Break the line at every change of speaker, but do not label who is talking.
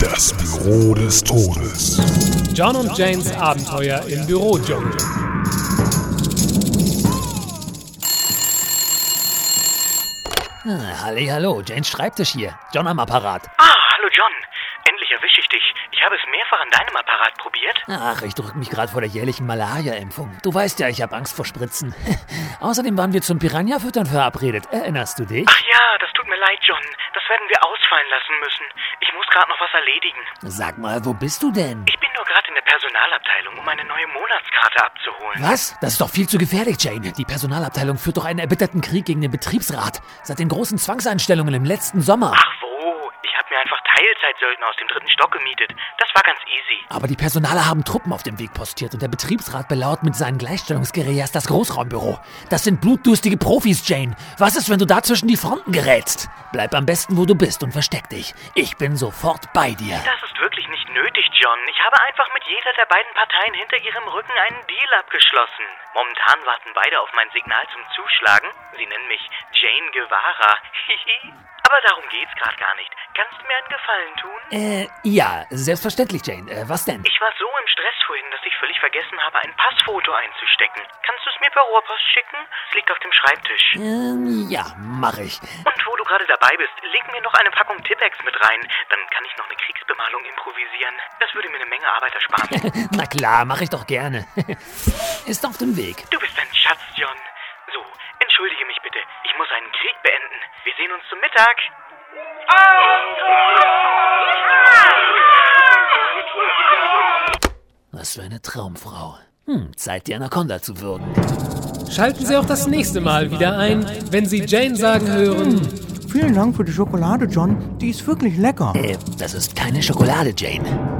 Das Büro des Todes.
John und Janes Abenteuer im Büro, John.
Hallo, Janes Schreibtisch hier. John am Apparat.
Ah, hallo John. Endlich erwische ich dich. Ich habe es mehrfach an deinem Apparat probiert.
Ach, ich drück mich gerade vor der jährlichen Malaria-Impfung. Du weißt ja, ich habe Angst vor Spritzen. Außerdem waren wir zum Piranha-Füttern verabredet. Erinnerst du dich?
Ach ja, das tut mir leid, John. Das werden wir ausfallen lassen müssen. Ich muss gerade noch was erledigen.
Sag mal, wo bist du denn?
Ich bin nur gerade in der Personalabteilung, um eine neue Monatskarte abzuholen.
Was? Das ist doch viel zu gefährlich, Jane. Die Personalabteilung führt doch einen erbitterten Krieg gegen den Betriebsrat. Seit den großen Zwangseinstellungen im letzten Sommer.
Ach wo, ich habe mir einfach Teilzeitsöldner aus dem dritten Stock gemietet. Das war ganz easy.
Aber die Personale haben Truppen auf dem Weg postiert und der Betriebsrat belaut mit seinen Gleichstellungsguerillas das Großraumbüro. Das sind blutdürstige Profis, Jane. Was ist, wenn du da zwischen die Fronten gerätst? Bleib am besten, wo du bist und versteck dich. Ich bin sofort bei dir.
Das ist wirklich nicht nötig, John. Ich habe einfach mit jeder der beiden Parteien hinter ihrem Rücken einen Deal abgeschlossen. Momentan warten beide auf mein Signal zum Zuschlagen. Sie nennen mich Jane Guevara. Hihi. Aber darum geht's gerade gar nicht. Kannst du mir einen Gefallen tun?
Äh, ja, selbstverständlich, Jane. Äh, was denn?
Ich war so im Stress vorhin, dass ich völlig vergessen habe, ein Passfoto einzustecken. Kannst du es mir per Rohrpost schicken? Es liegt auf dem Schreibtisch.
Ähm, ja, mach ich.
Und wo du gerade dabei bist, leg mir noch eine Packung Tippex mit rein. Dann kann ich noch eine Kriegsbemalung improvisieren. Das würde mir eine Menge Arbeit ersparen.
Na klar, mach ich doch gerne. ist auf dem Weg.
du bist ein Schatz, John. So, entschuldige mich bitte. Ich muss einen Krieg beenden. Wir sehen uns zum Mittag.
Was für eine Traumfrau. Hm, Zeit, die Anaconda zu würgen.
Schalten Sie auch das nächste Mal wieder ein, wenn Sie Jane sagen hören.
Vielen Dank für die Schokolade, John. Die ist wirklich lecker.
Äh, das ist keine Schokolade, Jane.